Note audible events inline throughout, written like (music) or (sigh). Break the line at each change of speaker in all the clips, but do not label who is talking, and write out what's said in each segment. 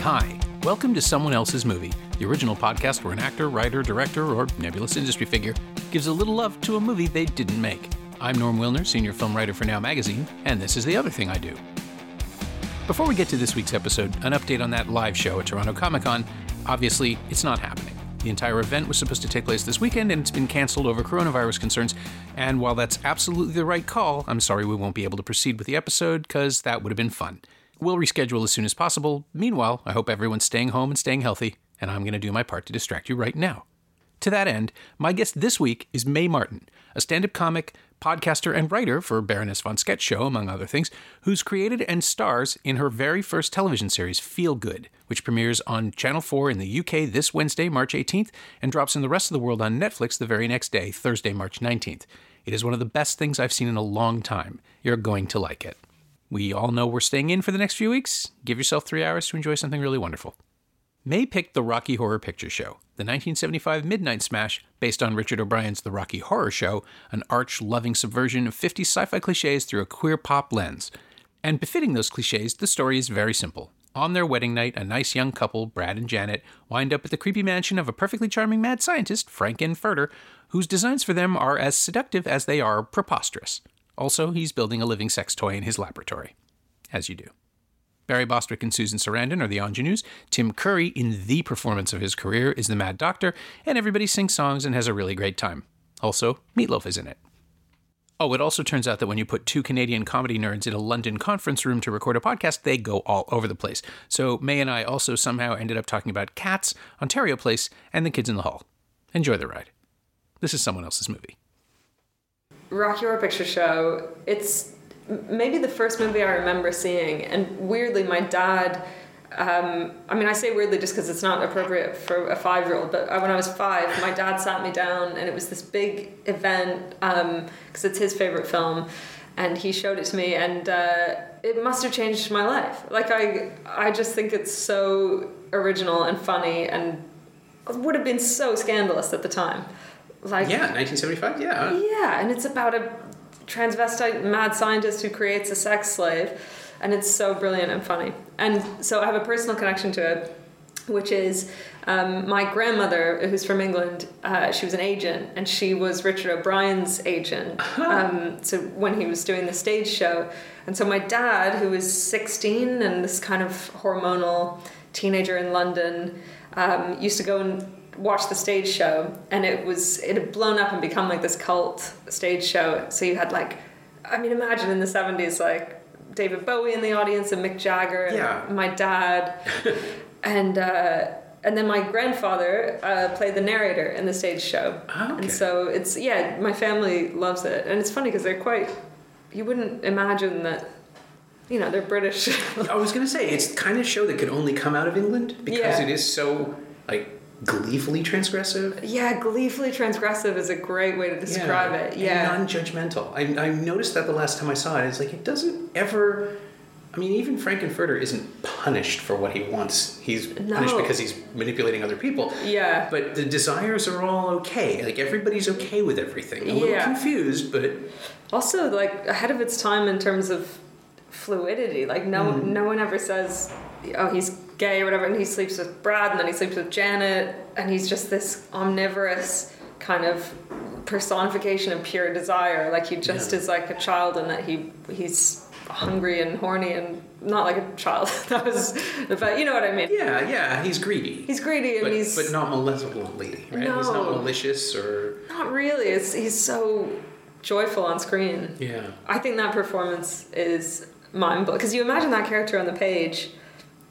Hi, welcome to Someone Else's Movie, the original podcast where an actor, writer, director, or nebulous industry figure gives a little love to a movie they didn't make. I'm Norm Wilner, senior film writer for Now Magazine, and this is the other thing I do. Before we get to this week's episode, an update on that live show at Toronto Comic Con. Obviously, it's not happening. The entire event was supposed to take place this weekend and it's been canceled over coronavirus concerns. And while that's absolutely the right call, I'm sorry we won't be able to proceed with the episode because that would have been fun. We'll reschedule as soon as possible. Meanwhile, I hope everyone's staying home and staying healthy, and I'm going to do my part to distract you right now. To that end, my guest this week is Mae Martin, a stand up comic, podcaster, and writer for Baroness von Sketch Show, among other things, who's created and stars in her very first television series, Feel Good, which premieres on Channel 4 in the UK this Wednesday, March 18th, and drops in the rest of the world on Netflix the very next day, Thursday, March 19th. It is one of the best things I've seen in a long time. You're going to like it. We all know we're staying in for the next few weeks. Give yourself three hours to enjoy something really wonderful. May picked The Rocky Horror Picture Show, the 1975 Midnight Smash based on Richard O'Brien's The Rocky Horror Show, an arch loving subversion of 50 sci fi cliches through a queer pop lens. And befitting those cliches, the story is very simple. On their wedding night, a nice young couple, Brad and Janet, wind up at the creepy mansion of a perfectly charming mad scientist, Frank N. Furter, whose designs for them are as seductive as they are preposterous. Also, he's building a living sex toy in his laboratory. As you do. Barry Bostwick and Susan Sarandon are the ingenues. Tim Curry, in the performance of his career, is the Mad Doctor, and everybody sings songs and has a really great time. Also, Meatloaf is in it. Oh, it also turns out that when you put two Canadian comedy nerds in a London conference room to record a podcast, they go all over the place. So May and I also somehow ended up talking about Cats, Ontario Place, and The Kids in the Hall. Enjoy the ride. This is someone else's movie.
Rocky Horror Picture Show, it's m- maybe the first movie I remember seeing. And weirdly, my dad, um, I mean, I say weirdly just because it's not appropriate for a five year old, but uh, when I was five, my dad sat me down and it was this big event because it's his favorite film. And he showed it to me, and uh, it must have changed my life. Like, I, I just think it's so original and funny and would have been so scandalous at the time. Like,
Yeah, 1975. Yeah.
yeah, and it's about a transvestite mad scientist who creates a sex slave, and it's so brilliant and funny. And so I have a personal connection to it, which is um, my grandmother, who's from England, uh, she was an agent, and she was Richard O'Brien's agent. Um, so when he was doing the stage show, and so my dad, who was 16 and this kind of hormonal teenager in London, um, used to go and watched the stage show and it was it had blown up and become like this cult stage show so you had like i mean imagine in the 70s like david bowie in the audience and mick jagger and
Yeah. (laughs)
my dad and uh, and then my grandfather uh, played the narrator in the stage show
Ah, okay.
and so it's yeah my family loves it and it's funny because they're quite you wouldn't imagine that you know they're british (laughs)
I was gonna say it's the kind of show that could only come out of England because
Yeah.
it is so like gleefully transgressive.
yeah gleefully transgressive is a great way to describe it
and
yeah
non-judgmental. I, I noticed that the last time I saw it. It's like it doesn't ever. I mean, even Frankenfurter isn't punished for what he wants. He's punished
No.
because he's manipulating other people.
Yeah.
But the desires are all okay. Like everybody's okay with everything. A little
Yeah.
confused, but
also like ahead of its time in terms of fluidity like no
Hmm.
no one ever says oh he's gay or whatever and he sleeps with brad and then he sleeps with janet and he's just this omnivorous kind of personification of pure desire like he just
Yeah.
is like a child and that he he's hungry and horny and not like a child (laughs) that was but you know what i mean
yeah, yeah, he's greedy.
he's greedy and
but,
he's
but not malevolently, right? He's not
No.
malicious or
not really it's, he's so joyful on screen
yeah.
I think that performance is mind blowing because you imagine that character on the page.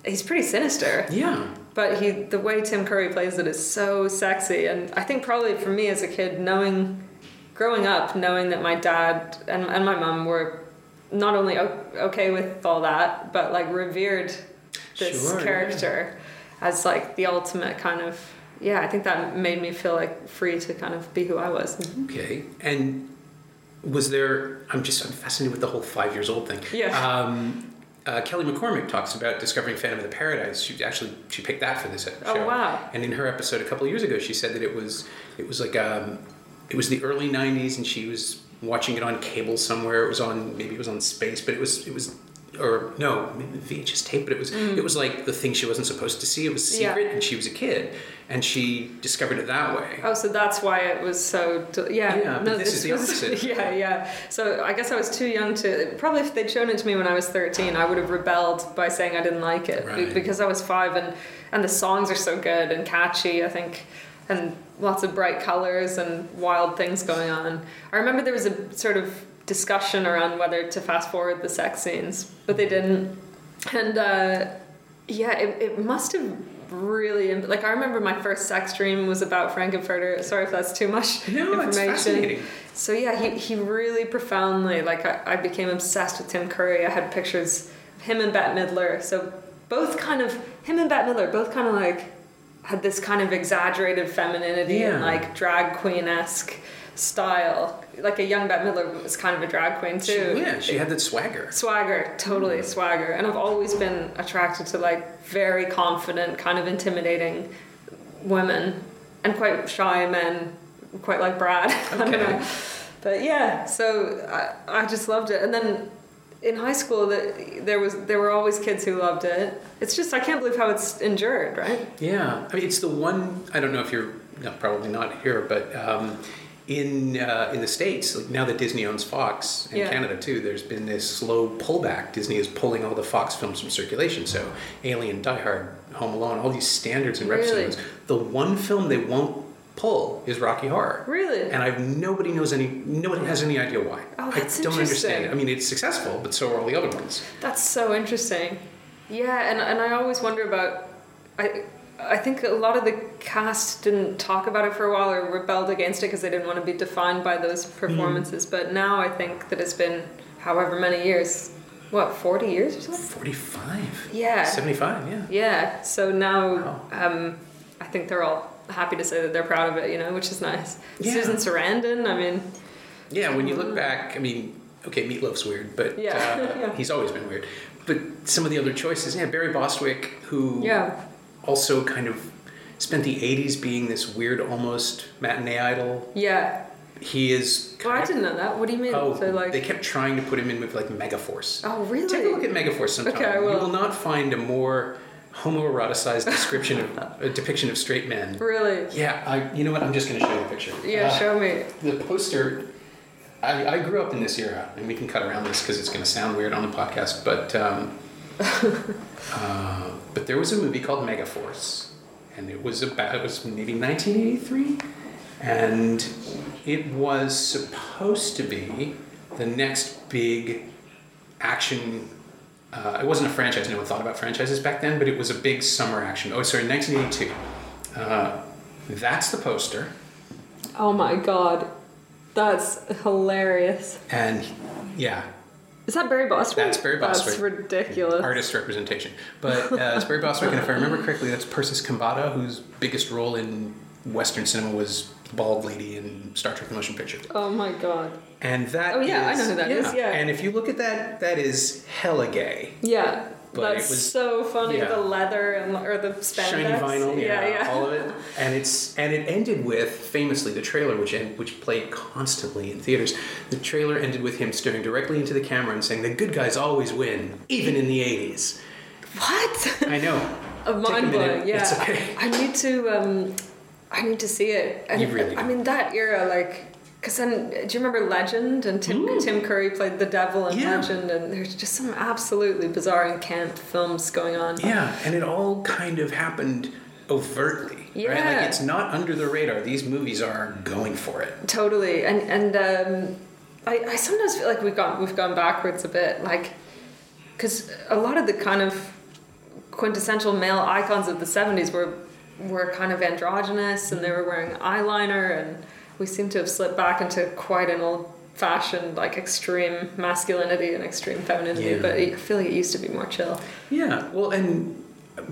He's pretty sinister,
Yeah.
but he the way Tim Curry plays it is so sexy, and I think probably for me as a kid, knowing, growing up, knowing that my dad and and my mom were not only o- okay with all that, but like revered this
Sure, yeah.
character as like the ultimate kind of yeah. I think that made me feel like free to kind of be who I was.
Okay. And was there? I'm just I'm fascinated with the whole five years old thing.
Yeah.
Um, uh, Kelly McCormick talks about discovering Phantom of the Paradise. She actually she picked that for this show.
Oh, wow.
And in her episode a couple years ago, she said that it was it was like um, it was the early '90s, and she was watching it on cable somewhere. It was on maybe it was on Space, but it was it was
or no, maybe the VHS tape, but it was it was like the thing she wasn't supposed to see. It was
Mm. Yeah.
secret, and she was a kid, and she discovered it that way.
Oh, so that's why it was so. del- Yeah,
Yeah, but this is the
was-
opposite.
(laughs) Yeah, yeah. So I guess I was too young to. Probably if they'd shown it to me when I was 13, I would have rebelled by saying I didn't like it. be-
Right.
Because I was five and, and the songs are so good and catchy, I think, and lots of bright colors and wild things going on. I remember there was a sort of discussion around whether to fast forward the sex scenes, but they didn't. And uh, yeah, it, it must have really imp- like I remember my first sex dream was about Frankenfurter. Sorry if that's too much
No,
Oh, information.
it's fascinating.
So yeah, he, he really profoundly like I, I became obsessed with Tim Curry. I had pictures of him and Bette Midler. So both kind of him and Bette Midler both kind of like had this kind of exaggerated femininity and
Yeah.
like drag queen esque style. Like a young Bette Midler was kind of a drag queen
She,
too.
yeah, she had that swagger.
Swagger, totally swagger. And I've always been attracted to like very confident, kind of intimidating women and quite shy men, quite like Brad. (laughs) I
Okay.
don't know. But yeah, so I, I just loved it. And then in high school, the, there was there were always kids who loved it. It's just I can't believe how it's endured, right?
Yeah, I mean, it's the one. I don't know if you're no, probably not here, but um, in uh, in the states, like now that Disney owns Fox in
Yeah.
Canada too, there's been this slow pullback. Disney is pulling all the Fox films from circulation. So Alien, Die Hard, Home Alone, all these standards and
Really?
representatives. The one film they won't pull is Rocky Horror.
Really?
And I've nobody knows any nobody has any idea why.
Oh, that's
I don't understand
interesting.
it. I mean, it's successful, but so are all the other ones.
That's so interesting. Yeah, and, and I always wonder about. I I think a lot of the cast didn't talk about it for a while or rebelled against it because they didn't want to be defined by those performances. But now I think that it's been however many years, what forty years or something.
Forty-five.
Yeah.
Seventy-five. Yeah.
Yeah. So now
Wow.
um, I think they're all happy to say that they're proud of it, you know, which is nice.
Yeah.
Susan Sarandon. I mean,
Yeah, when you look back, I mean, okay, Meatloaf's weird, but
Mm. Yeah.
uh,
(laughs) Yeah.
he's always been weird. But some of the other choices, yeah, Barry Bostwick, who
yeah,
also kind of spent the 80s being this weird, almost matinee idol.
yeah.
He is.
Well, I
kind
didn't know that. What do you mean?
of- Oh,
so like,
they kept trying to put him in with like Megaforce.
oh really?
Take a look at Megaforce sometime.
Okay, I
You
will.
will not find a more homoeroticized description of a depiction of straight men.
(laughs) really?
Yeah, I, you know what? I'm just going to show you the picture.
Yeah,
Ah.
show me.
the poster I, I grew up in this era and we can cut around this because it's going to sound weird on the podcast but um, uh, but there was a movie called megaforce and it was about it was maybe 1983 and it was supposed to be the next big action uh, it wasn't a franchise no one thought about franchises back then but it was a big summer action oh sorry 1982 uh, that's the poster
Oh my god. That's hilarious.
and yeah
Is that Barry Bostwick?
That's Barry
That's
Bostwick.
ridiculous.
artist representation. But uh, it's Barry Bostwick, and if I remember correctly, that's Persis Kambata, whose biggest role in Western cinema was the bald lady in Star Trek: The Motion Picture.
Oh my god.
And that
Oh, yeah, I
is-
know who that is, yeah.
And if you look at that, that is hella gay.
Yeah.
But it
that's
was-
so funny.
yeah.
The leather and or the spandex.
Shiny vinyl, yeah,
yeah.
all of it, and it's and it ended with famously the trailer, which end, which played constantly in theaters. The trailer ended with him staring directly into the camera and saying, "The good guys always win, even in the
(laughs)
'80s."
What?
I know. Take a
A mind blowing.
minute,
Yeah.
It's okay.
I need to. Um, I need to see it. And
You really
I
do.
mean that era, like. Cause then, do you remember Legend and Tim Tim Curry played the devil in
Mm. Yeah.
Legend, and there's just some absolutely bizarre and camp films going on.
Yeah, and it all kind of happened overtly. Right?
Yeah.
Like it's not under the radar. These movies are going for it.
Totally, and and um, I, I sometimes feel like we've gone we've gone backwards a bit, like because a lot of the kind of quintessential male icons of the '70s were were kind of androgynous, and they were wearing eyeliner, and we seem to have slipped back into quite an old-fashioned, like extreme masculinity and extreme femininity.
Yeah.
But I feel like it used to be more chill.
Yeah. Well, and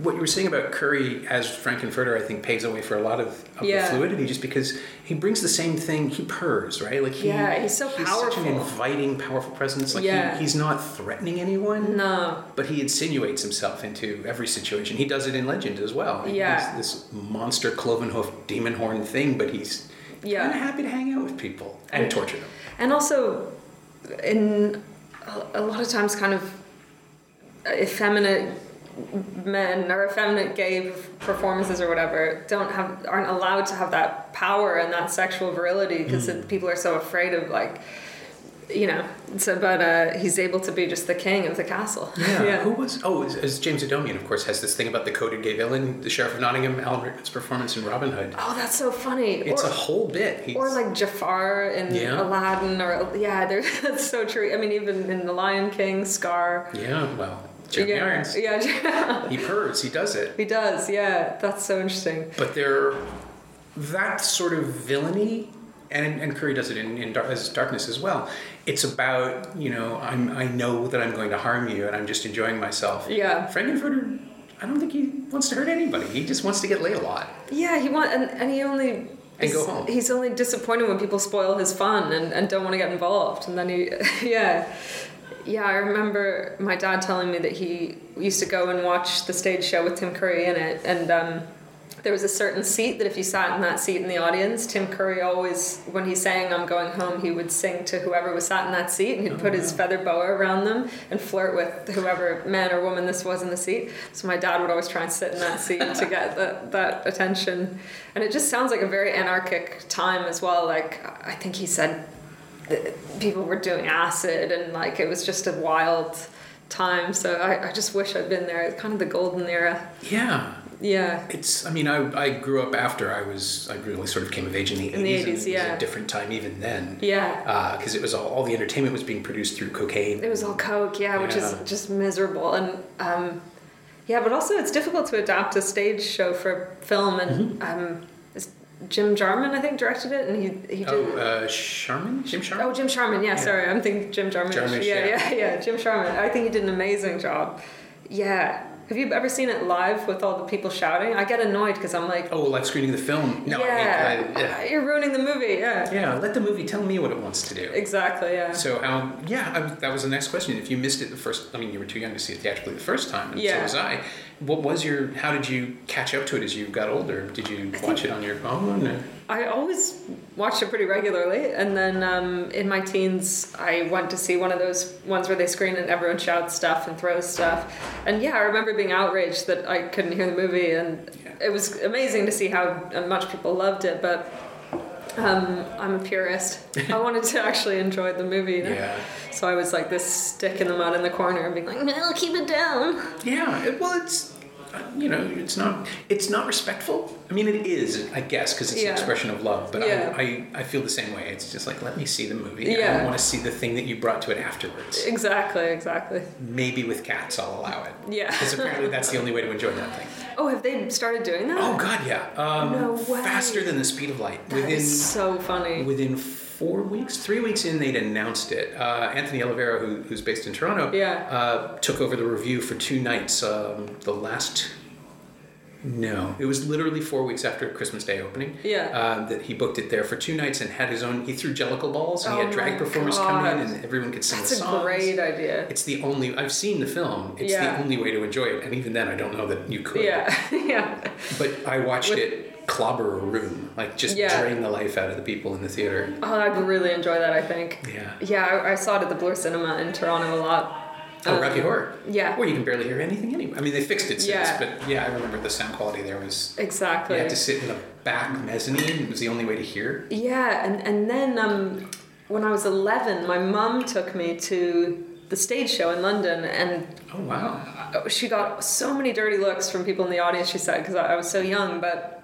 what you were saying about Curry as Frankenfurter, I think, paves the way for a lot of, of
Yeah.
the fluidity, just because he brings the same thing. He purrs, right? Like he,
Yeah, he's so
Such an
powerful.
inviting, powerful presence. Like
Yeah.
he, he's not threatening anyone.
No,
But he insinuates himself into every situation. He does it in Legend as well. He's
Yeah.
this monster cloven hoof demon horn thing, but he's
Yeah.
kind of happy to hang out with people and torture them.
and also in a, a lot of times kind of effeminate men or effeminate gay performances or whatever don't have aren't allowed to have that power and that sexual virility because
Mm.
people are so afraid of like you know so but uh he's able to be just the king of the castle (laughs)
Yeah. Who was? Oh, is, is James Adomian, of course, has this thing about the coded gay villain, the sheriff of Nottingham, Alan Rickman's performance in Robin Hood.
oh that's so funny
It's
or,
a whole bit. He's,
or like Jafar in
Yeah.
Aladdin, or yeah, there- (laughs) that's so true. I mean, even in The Lion King, Scar.
yeah, well, Jeremy
yeah, (laughs)
Irons.
yeah,
He purrs. He does it.
he does. Yeah, that's so interesting.
But they're that sort of villainy, and and Curry does it in, in Dar- as Darkness as well. It's about you know I'm I know that I'm going to harm you, and I'm just enjoying myself.
Yeah.
Frankenfurter. I don't think he wants to hurt anybody. He just wants to get laid a lot.
Yeah, he want and, and he only
And go
is-
home.
He's only disappointed when people spoil his fun and, and don't want to get involved. And then he, (laughs) yeah, yeah. I remember my dad telling me that he used to go and watch the stage show with Tim Curry in it, and um, there was a certain seat that if you sat in that seat in the audience, Tim Curry always, when he sang "I'm Going Home," he would sing to whoever was sat in that seat, and he'd put his feather boa around them and flirt with whoever man or woman this was in the seat. So my dad would always try and sit in that seat to get that that attention, and it just sounds like a very anarchic time as well. Like I think he said that people were doing acid, and like it was just a wild time. So I, I just wish I'd been there. It's kind of the golden era.
Yeah.
Yeah.
It's. I mean, I, I grew up after I was. I really sort of came of age in the
In the
eighties.
80s,
It
yeah.
was a different time even then.
Yeah.
Because it was all, all the entertainment was being produced through cocaine.
It was all coke, yeah, which is
Yeah.
just miserable. And um, yeah, but also it's difficult to adapt a stage show for film. And
Mm-hmm.
um, is Jim Jarman, I think, directed it, and he he did.
Oh, uh, Sharman, Jim Sharman.
Oh, Jim Sharman. Yeah, sorry, I'm thinking Jim Jarmusch.
Jarmusch,
yeah,
yeah.
yeah, yeah, Jim Sharman. I think he did an amazing job. Yeah. Have you ever seen it live with all the people shouting? I get annoyed because I'm like,
Oh, well, live screening the film. No, I
yeah,
mean, I, yeah.
you're ruining the movie. Yeah.
yeah. Let the movie tell me what it wants to do.
Exactly. Yeah.
So how? Yeah, I, that was the next question. If you missed it the first, I mean, you were too young to see it theatrically the first time, and so
Yeah.
was I. What was your? How did you catch up to it as you got older? Did you watch it on your own? or-
I always watched it pretty regularly, and then um, in my teens, I went to see one of those ones where they screen and everyone shouts stuff and throws stuff. And yeah, I remember being outraged that I couldn't hear the movie, and
Yeah.
it was amazing to see how uh, much people loved it. But um, I'm a purist. I wanted to actually enjoy the movie. you know?
Yeah.
So I was like this stick in the mud in the corner and being like, "No, keep it
(laughs)
down."
Yeah, it, well, it's uh, you know, it's not it's not respectful. I mean, it is, I guess, because it's
Yeah.
an expression of love. But
Yeah.
I, I I feel the same way. It's just like let me see the movie. I
Yeah.
want to see the thing that you brought to it afterwards.
Exactly. Exactly.
Maybe with cats, I'll allow it.
Yeah.
because apparently that's the only way to enjoy that thing.
Oh, have they started doing that?
Oh God, yeah. Um,
No way.
Faster than the speed of light.
That
within
is so funny.
within four weeks, three weeks in, they'd announced it. Uh, Anthony Oliveira, who, who's based in Toronto,
Yeah.
uh, took over the review for two nights. Um, the last, no, it was literally four weeks after Christmas Day opening.
Yeah.
uh, that he booked it there for two nights and had his own. He threw jellicle balls and he
Oh
had drag
my
performers come in
God.
and everyone could sing the
That's a
songs.
great idea.
It's the only I've seen the film. It's
Yeah.
the only way to enjoy it, and even then, I don't know that you could.
Yeah, (laughs) yeah.
But I watched it clobber a room, like just
Yeah.
drain the life out of the people in the theater.
Oh, I'd really enjoy that. I think.
Yeah.
Yeah, I, I saw it at the Blur Cinema in Toronto a lot.
Oh,
Um,
Rocky Horror.
yeah.
Where you can barely hear anything anyway. I mean, they fixed it since,
Yeah.
but yeah, I remember the sound quality there was. You
Exactly.
had to sit in the back mezzanine. It was the only way to hear.
Yeah, and and then um, when I was eleven, my mum took me to the stage show in London, and
Oh wow.
uh, she got so many dirty looks from people in the audience. She said because I, I was so young, but.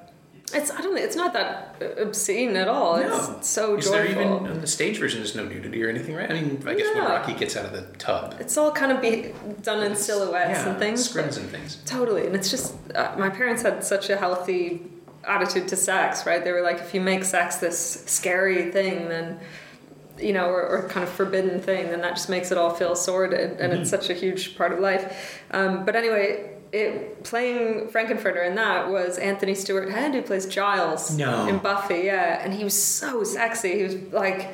It's I don't know, it's not that uh, obscene at all.
No.
It's so
Is
joyful.
there even on the stage version? There's no nudity or anything, right? I mean, I guess when
No.
Rocky gets out of the tub,
it's all kind of be done in silhouettes
yeah,
and things. but-
scrims and things.
Totally, and it's just uh, my parents had such a healthy attitude to sex, right? They were like, if you make sex this scary thing, then you know, or, or kind of forbidden thing, then that just makes it all feel sordid, and
Mm-hmm.
it's such a huge part of life. Um, but anyway, it playing Frankenfurter in that was Anthony Stewart Head, who plays Giles
No.
in Buffy, yeah, and he was so sexy. He was like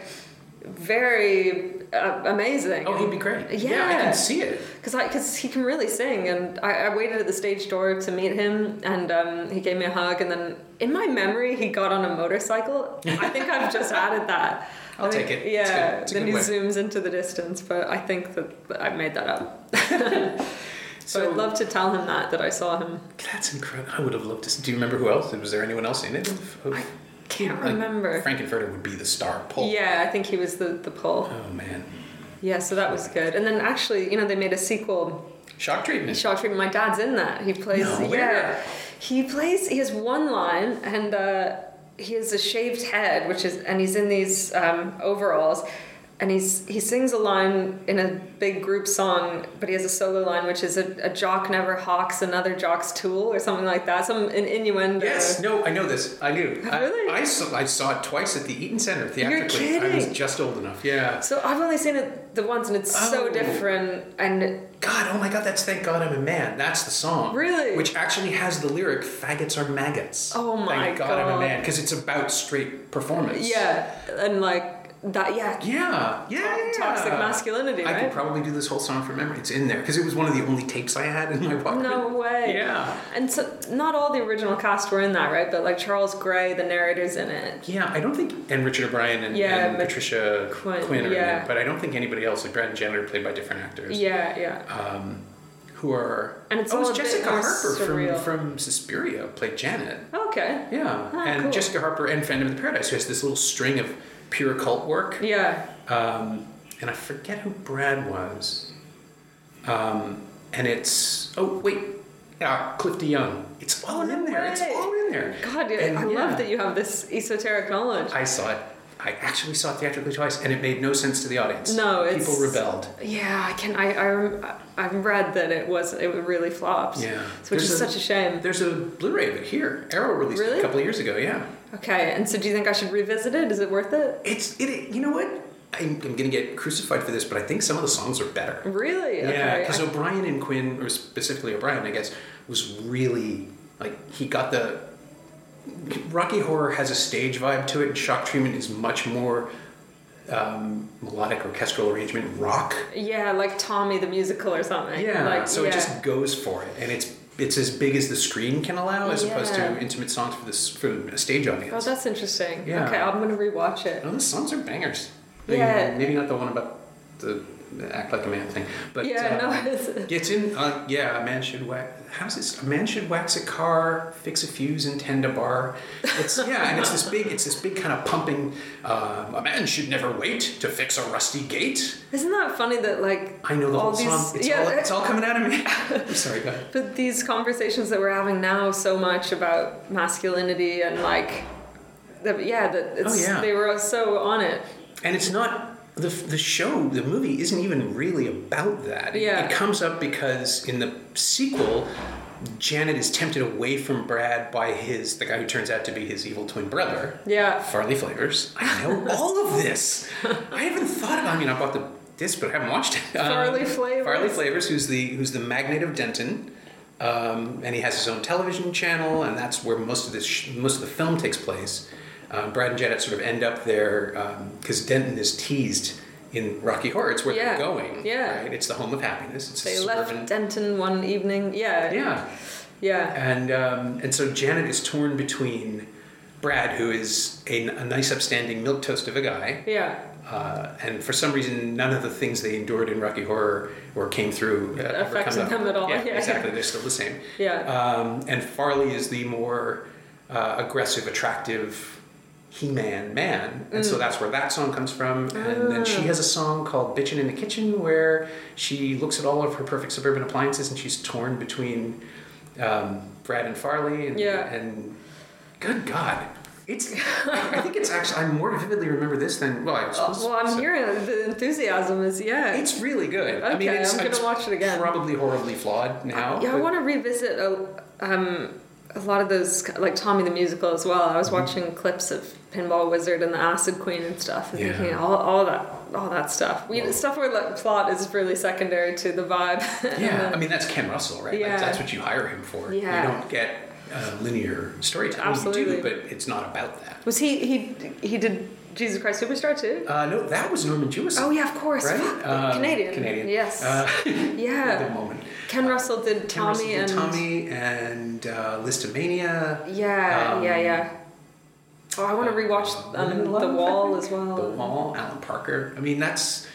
very uh, amazing.
Oh, he'd be great. I
Yeah.
can see it.
Cause I, cause he can really sing, and I, I waited at the stage door to meet him, and um, he gave me a hug, and then in my memory he got on a motorcycle. I think I've
(laughs)
just added that.
I'll
I think-
take it. It's
Yeah.
good. It's a
then
good
he
way.
zooms into the distance, but I think that I made that up. So I'd love to tell him that that I saw him.
That's incredible. I would have loved to. See. Do you remember who else? Was there anyone else in it? Of- of-
I can't
like,
remember.
Frankenfurter would be the star pole.
yeah, I think he was the the pull.
Oh man,
Yeah, so that was good. And then actually, you know, they made a sequel.
shock treatment.
Shock Treatment. My dad's in that. He plays.
No way.
yeah, he plays. He has one line, and uh, he has a shaved head, which is, and he's in these um, overalls, and he's he sings a line in a big group song, but he has a solo line, which is a, a jock never hawks another jock's tool or something like that. Some an innuendo.
Yes, no, I know this. I do. I,
Oh, Really?
I, saw, I saw it twice at the Eaton Center theatrically. I was
kidding.
just old enough. Yeah.
So I've only seen it the once, and it's
Oh.
so different. And
God, oh my God, that's Thank God I'm a Man. That's the song.
Really?
Which actually has the lyric, faggots are maggots.
Oh my
Thank God, I'm a
God.
Man, because it's about straight performance.
yeah, and like that. Yeah,
Yeah, yeah,
To-
yeah.
toxic masculinity,
I could
right?
probably do this whole song from memory. It's in there because it was one of the only tapes I had in my Walkman.
No way.
(laughs) Yeah,
And so, not all the original cast were in that, right? But like Charles Gray, the narrator's in it.
yeah. I don't think and Richard O'Brien and,
Yeah,
and
but-
Patricia Quinn,
Quinn,
are in
yeah.
it, but I don't think anybody else. Like Brad and Jenner are played by different actors.
Yeah, yeah.
Um, who are
And it's
oh,
all
it's
a bit
Jessica
more
Harper
surreal.
from from Suspiria played Janet.
Okay.
Yeah,
Ah,
and
cool.
Jessica Harper and Phantom of the Paradise, who has this little string of pure cult work.
Yeah.
Um, and I forget who Brad was. Um, and it's oh wait, yeah, Cliff DeYoung. It's all
No
in there. It's
way.
all in there.
God, yeah,
And
I
yeah,
love that you have this esoteric knowledge.
I saw it. I actually saw it theatrically twice, and it made no sense to the audience.
No, it's-
people rebelled.
yeah, I can. I I rem- I read that it was it really flopped.
Yeah.
So, which
There's
is
a-
such a shame.
There's a Blu-ray of it here. Arrow released it a
Really?
couple of years ago. Yeah.
Okay. And so, do you think I should revisit it? Is it worth it?
It's it, it- You know what? I'm, I'm gonna get crucified for this, but I think some of the songs are better.
Really?
Yeah,
Okay.
because
I-
O'Brien and Quinn, or specifically O'Brien, I guess, was really like he got the Rocky Horror has a stage vibe to it. and Shock Treatment is much more um, melodic orchestral arrangement rock.
yeah, like Tommy the musical or something.
Yeah,
Like,
so
yeah.
it just goes for it, and it's it's as big as the screen can allow, as opposed to
Yeah.
intimate songs for this for a stage
Oh,
audience.
that's interesting.
Yeah.
Okay, I'm gonna rewatch it.
No, the songs are bangers. Maybe,
Yeah.
maybe not the one about the act like a man thing, but
yeah.
uh,
no. (laughs) It's,
It's in, uh, yeah, a man should wax. How's this? A man should wax a car, fix a fuse, and tend a bar. It's yeah, and it's this big, it's this big kind of pumping. Uh, a man should never wait to fix a rusty gate.
Isn't that funny that like
I know the
all
whole
these,
song. It's,
yeah,
all, it's all coming out of me. I'm sorry, go ahead.
(laughs) but these conversations that we're having now so much about masculinity and like, the, yeah, that it's
Oh, yeah.
they were so on it.
And it's not the the show, the movie isn't even really about that. It-
Yeah.
It, comes up because in the sequel, Janet is tempted away from Brad by his the guy who turns out to be his evil twin brother.
Yeah,
Farley flavors. I
(laughs)
know all of this. I haven't thought about. I mean, I bought the disc, but I haven't watched it. Um,
Farley Flavors.
Farley flavors. Who's the who's the magnate of Denton, um, and he has his own television channel, and that's where most of this sh- most of the film takes place. Uh, Brad and Janet sort of end up there because Denton is teased in Rocky Horror. It's where
Yeah.
they're going.
Yeah.
Right? It's the home of happiness. It's
they
a suburban.
left Denton one evening. Yeah,
yeah.
yeah.
And um, and so Janet is torn between Brad, who is a, a nice, upstanding milk toast of a guy,
yeah.
uh, and for some reason, none of the things they endured in Rocky Horror or came through uh, ever
Affects
come up.
them at all, yeah.
exactly. They're still the same.
Yeah.
Um, and Farley is the more uh, aggressive, attractive. He-Man man, and
Mm.
so that's where that song comes from. And then
Ah.
she has a song called "Bitchin' in the Kitchen" where she looks at all of her perfect suburban appliances, and she's torn between um, Brad and Farley, and,
Yeah.
and good God, it's. I think it's actually. I more vividly remember this than well. I was supposed
Oh, Well, I'm
to-
hearing the enthusiasm is yeah.
It's really good. I
Okay,
mean, it's,
I'm gonna
it's
watch it again.
Probably horribly flawed now.
Yeah, I
but-
want to revisit a, um, a lot of those, like Tommy the Musical as well. I was
Mm-hmm.
watching clips of Pinball Wizard and the Acid Queen and stuff, and
Yeah.
thinking all, all that all that stuff. We, stuff where like, plot is really secondary to the vibe. (laughs) And
Yeah,
then-
I mean that's Ken Russell, right? Like,
Yeah.
that's what you hire him for.
Yeah.
You don't get uh, linear storytelling. You do,
Absolutely.
but it's not about that.
was he he he did Jesus Christ Superstar too?
Uh, no, that was Norman Jewison.
oh yeah, of course.
Right?
Fuck,
Uh,
Canadian.
Canadian.
Yes.
Uh, (laughs) the
yeah.
moment.
Ken Russell
Ken
did Tommy
Russell did
and
Tommy and uh, Listomania.
yeah,
Um,
yeah, yeah. Oh, I want to rewatch
Women in
um,
Love,
The
I
Wall
think.
as well.
The Wall, Alan Parker. I mean, that's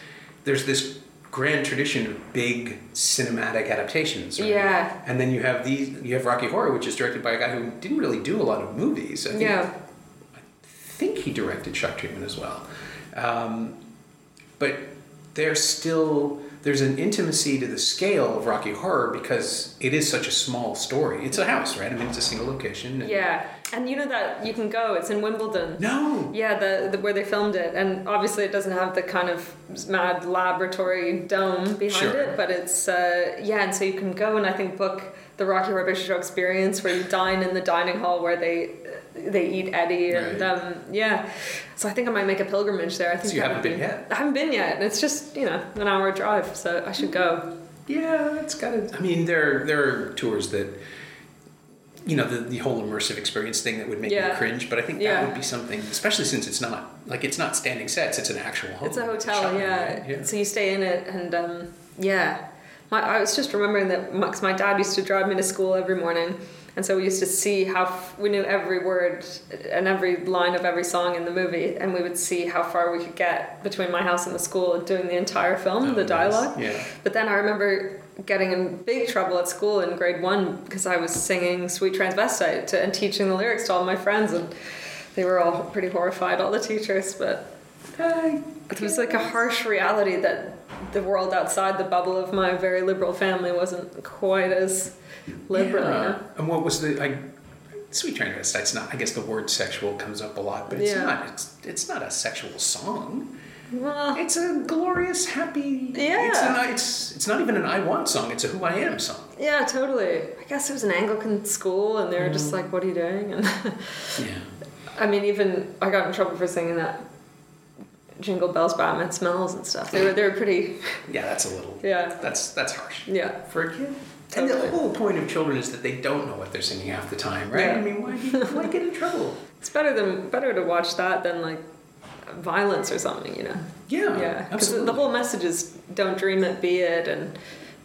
there's this grand tradition of big cinematic adaptations. Right?
Yeah.
And then you have these. You have Rocky Horror, which is directed by a guy who didn't really do a lot of movies. I think,
Yeah.
think he directed Shock Treatment as well. Um, but there's still there's an intimacy to the scale of Rocky Horror because it is such a small story. It's a house, right? I mean, it's a single location. and-
Yeah. And you know that you can go, it's in Wimbledon.
No.
Yeah, the, the where they filmed it, and obviously it doesn't have the kind of mad laboratory dome behind
Sure.
it, but it's uh, yeah, and so you can go and I think book the Rocky Horror Picture Show experience where you dine in the dining hall where they uh, they eat Eddie and
Right.
um, yeah, so I think I might make a pilgrimage there. I think
So you
that
haven't
would
been
be-
yet?
I haven't been yet. and It's just you know an hour drive, so I should go.
Yeah, it's got to. I mean, there there are tours that, you know, the, the whole immersive experience thing that would make
Yeah.
you cringe. But I think
Yeah.
that would be something, especially since it's not like it's not standing sets. It's an actual home.
It's a hotel,
shop,
yeah.
Oh, right? yeah.
So you stay in it, and um, yeah. My, I was just remembering that because my dad used to drive me to school every morning, and so we used to see how f- we knew every word and every line of every song in the movie, and we would see how far we could get between my house and the school doing the entire film,
Oh,
the
nice.
dialogue.
Yeah.
But then I remember getting in big trouble at school in grade one because I was singing Sweet Transvestite to, and teaching the lyrics to all my friends, and they were all pretty horrified, all the teachers, but. It was like a harsh reality that the world outside the bubble of my very liberal family wasn't quite as liberal. you know?
And what was the I, sweet transvestite's not? I guess the word sexual comes up a lot, but it's
Yeah.
not. It's it's not a sexual song.
Well,
It's a glorious, happy.
Yeah.
It's an, I- it's it's not even an I want song. It's a who I am song.
yeah, totally. I guess it was an Anglican school, and they were just like, "What are you doing?" And (laughs)
Yeah.
I mean, even I got in trouble for singing that "Jingle Bells, Batman Smells" and stuff. They were they were pretty,
Yeah, that's a little.
Yeah.
That's that's harsh.
yeah.
for a kid. And
Totally.
the whole point of children is that they don't know what they're singing half the time, right?
Yeah.
I mean, why, do you, why get in trouble?
It's better than better to watch that than like violence or something, you know.
Yeah,
Yeah, because
absolutely.
the whole message is don't dream it, be it, and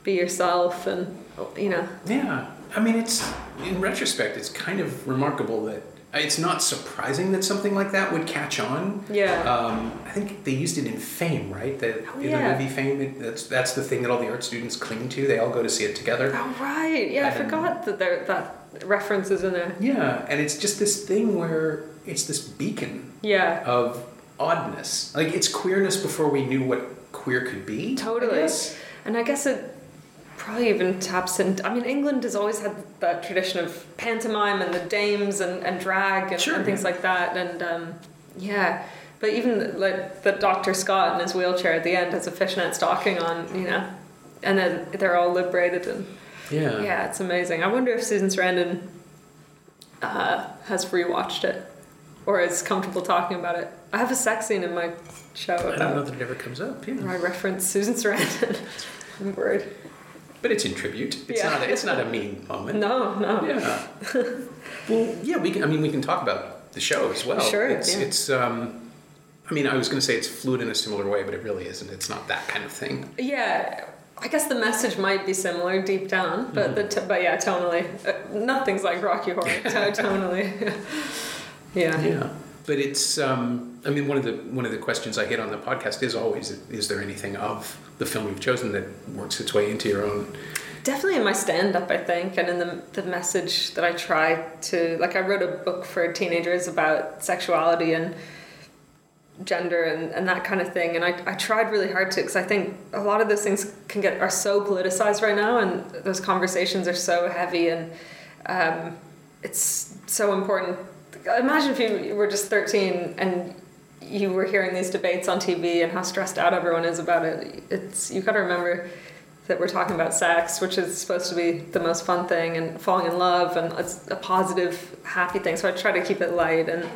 be yourself, and you know,
Yeah, I mean, it's in retrospect, it's kind of remarkable that uh, it's not surprising that something like that would catch on.
Yeah.
Um, I think they used it in Fame, right? The,
Oh,
in
yeah.
the movie Fame, it, that's that's the thing that all the art students cling to. They all go to see it together.
Oh right, yeah, I
And-
forgot that there that reference is in there.
Yeah, and it's just this thing where it's this beacon
Yeah,
of oddness. Like it's queerness before we knew what queer could be. I
totally.
guess.
And I guess it probably even taps in. I mean, England has always had that tradition of pantomime and the dames and, and drag and,
Sure,
and things
yeah.
like that. And um, yeah, but even like the Doctor Scott in his wheelchair at the end has a fishnet stocking on, you know, and then they're all liberated and
Yeah.
yeah, it's amazing. I wonder if Susan Sarandon uh, has rewatched it or is comfortable talking about it. I have a sex scene in my show
I don't know
about
that it ever comes up.
where
Yeah.
I reference Susan Sarandon. (laughs) I'm worried.
But it's in tribute. It's
Yeah.
not. It's not a mean moment.
No, no. (laughs)
Yeah. well, yeah. We can. I mean, we can talk about the show as well.
Sure,
It's.
yeah.
It's. Um, I mean, I was going to say it's fluid in a similar way, but it really isn't. It's not that kind of thing.
Yeah, I guess the message might be similar deep down, but
Mm-hmm.
the t- but yeah, tonally, uh, nothing's like Rocky
(laughs)
Horror. to- tonally. (laughs) yeah.
Yeah. But it's. Um, I mean, one of the one of the questions I hit on the podcast is always: Is there anything of the film you've chosen that works its way into your own?
Definitely in my stand up, I think, and in the, the message that I try to. Like, I wrote a book for teenagers about sexuality and gender and, and that kind of thing, and I, I tried really hard to, because I think a lot of those things can get are so politicized right now, and those conversations are so heavy, and um, it's so important. Imagine if you were just 13 and you were hearing these debates on TV and how stressed out everyone is about it. It's you got to remember that we're talking about sex, which is supposed to be the most fun thing, and falling in love, and it's a positive, happy thing. So I try to keep it light and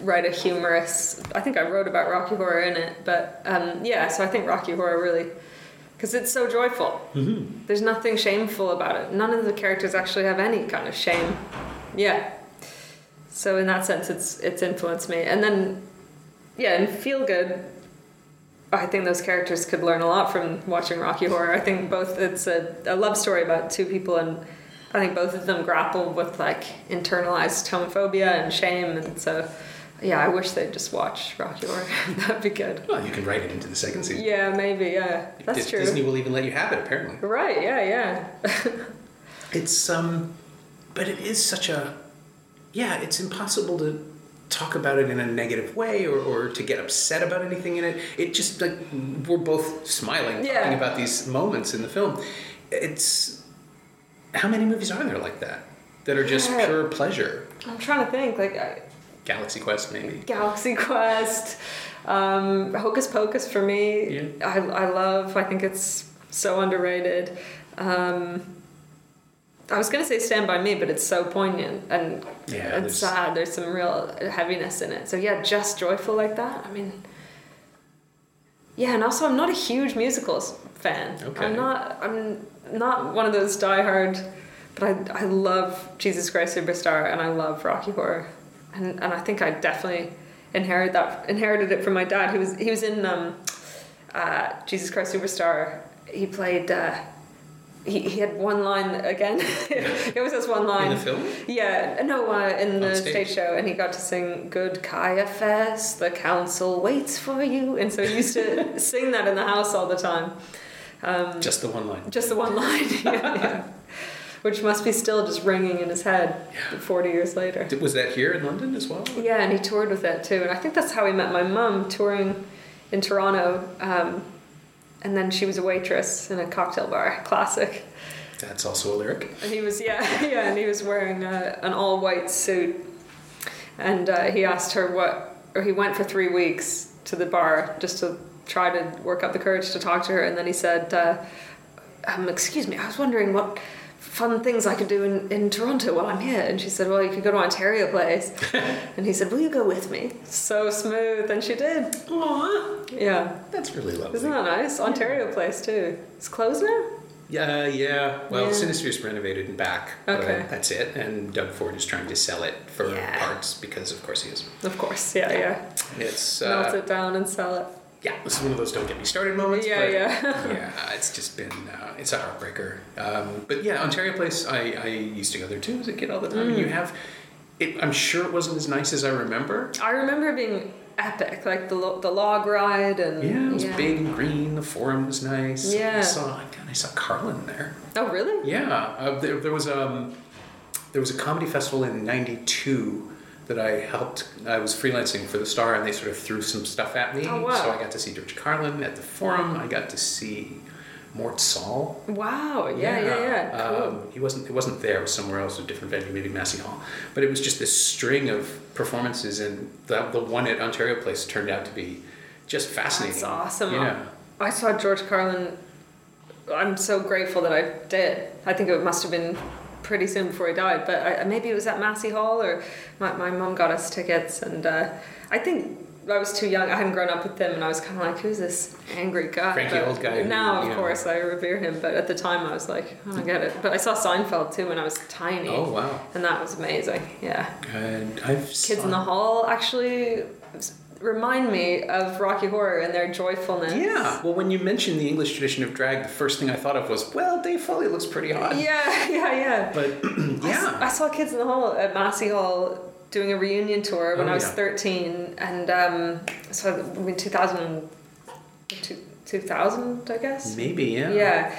write a humorous. I think I wrote about Rocky Horror in it, but um, yeah. So I think Rocky Horror really, because it's so joyful. There's nothing shameful about it. None of the characters actually have any kind of shame. Yeah. So in that sense, it's it's influenced me. And then, yeah, and feel good. I think those characters could learn a lot from watching Rocky Horror. I think both it's a, a love story about two people, and I think both of them grapple with like internalized homophobia and shame, and so Yeah, I wish they'd just watch Rocky Horror. (laughs) That'd be good.
Well, you can write it into the second season.
Yeah, maybe. Yeah, that's
Dis-
true.
Disney will even let you have it, apparently.
Right. Yeah. Yeah.
It's um, but it is such a, yeah, it's impossible to talk about it in a negative way or, or to get upset about anything in it. It just like we're both smiling
Yeah.
talking about these moments in the film. It's how many movies are there like that that are just
Yeah.
pure pleasure?
I'm trying to think. Like I,
Galaxy Quest, maybe.
Galaxy Quest, um, Hocus Pocus for me.
Yeah.
I, I love. I think it's so underrated. Um, I was gonna say Stand by Me, but it's so poignant and
Yeah,
and
there's-
sad. There's some real heaviness in it. So yeah, just joyful like that. I mean, yeah, and also I'm not a huge musicals fan.
Okay.
I'm not. I'm not one of those diehard. But I, I love Jesus Christ Superstar and I love Rocky Horror, and and I think I definitely inherited that inherited it from my dad. He was he was in um, uh, Jesus Christ Superstar. He played. Uh, he, he had one line again. (laughs) he always has one line.
In the film?
Yeah, no, uh, in the
On
stage.
stage.
show, and he got to sing "Good Caiaphas, the council waits for you," and so he
(laughs)
used to sing that in the house all the time. Um,
Just the one line.
just the one line, (laughs) yeah, yeah. which must be still just ringing in his head
Yeah.
forty years later.
Was that here in London as well?
Yeah, and he toured with that too, and I think that's how he met my mum touring in Toronto, um, and then she was a waitress in a cocktail bar. Classic.
That's also a lyric.
And he was yeah (laughs) yeah, and he was wearing uh an all white suit, and uh, he asked her what, or he went for three weeks to the bar just to try to work up the courage to talk to her, and then he said, uh, um, "Excuse me, I was wondering what." Fun things I could do in, in Toronto while I'm here. And she said, Well, you could go to Ontario
(laughs)
Place. and he said, Will you go with me? So smooth. And she did.
Aww,
Yeah.
that's really lovely.
Isn't that nice? Ontario Place, too. It's closed now?
Yeah, yeah. Well,
Yeah.
Sinister's renovated and back. but
Okay.
that's it. And Doug Ford is trying to sell it for
Yeah.
parts because, of course, he is.
Of course. Yeah, yeah.
It's
Melt
uh,
it down and sell it.
yeah. This is one of those don't get me started moments.
Yeah,
but (laughs)
yeah. (laughs)
yeah. It's just been uh, it's a heartbreaker. Um, but yeah, Ontario Place. I, I used to go there too as a kid all the time.
Mm.
And you have. It, I'm sure it wasn't as nice as I remember.
I remember it being epic, like the lo- the log ride and
Yeah, it was big and green. The forum was nice.
Yeah.
I saw. God, I saw Carlin there.
Oh, really?
Yeah, uh, there, there was um, there was a comedy festival in '92 that I helped. I was freelancing for the Star, and they sort of threw some stuff at me.
Oh, wow.
So I got to see George Carlin at the Forum. I got to see Mort Saul.
Wow. Yeah, yeah, yeah. Cool.
Um, he wasn't. It wasn't there. It was somewhere else, a different venue, maybe Massey Hall. But it was just this string of performances, and the, the one at Ontario Place turned out to be just fascinating.
That's awesome.
Yeah.
I saw George Carlin. I'm so grateful that I did. I think it must have been pretty soon before he died, but I, maybe it was at Massey Hall or my, my mom got us tickets, and uh, I think. I was too young. I hadn't grown up with him, and I was kind of like, "Who's this angry guy?"
Cranky
But
old guy who-
Now, of
yeah.
course, I revere him, but at the time, I was like, "I don't get it." But I saw Seinfeld too when I was tiny,
Oh wow.
and that was amazing. Yeah.
And I've
Kids in the Hall actually s- remind me of Rocky Horror and their joyfulness.
Yeah. Well, when you mentioned the English tradition of drag, the first thing I thought of was, well, Dave Foley looks pretty hot.
Yeah, (laughs) yeah, yeah.
But (clears throat)
I s- I,
yeah.
saw Kids in the Hall at Massey Hall doing a reunion tour when
Oh,
I was
yeah.
13, and um, so in 2000, two- 2000, I guess.
Maybe, yeah.
Yeah.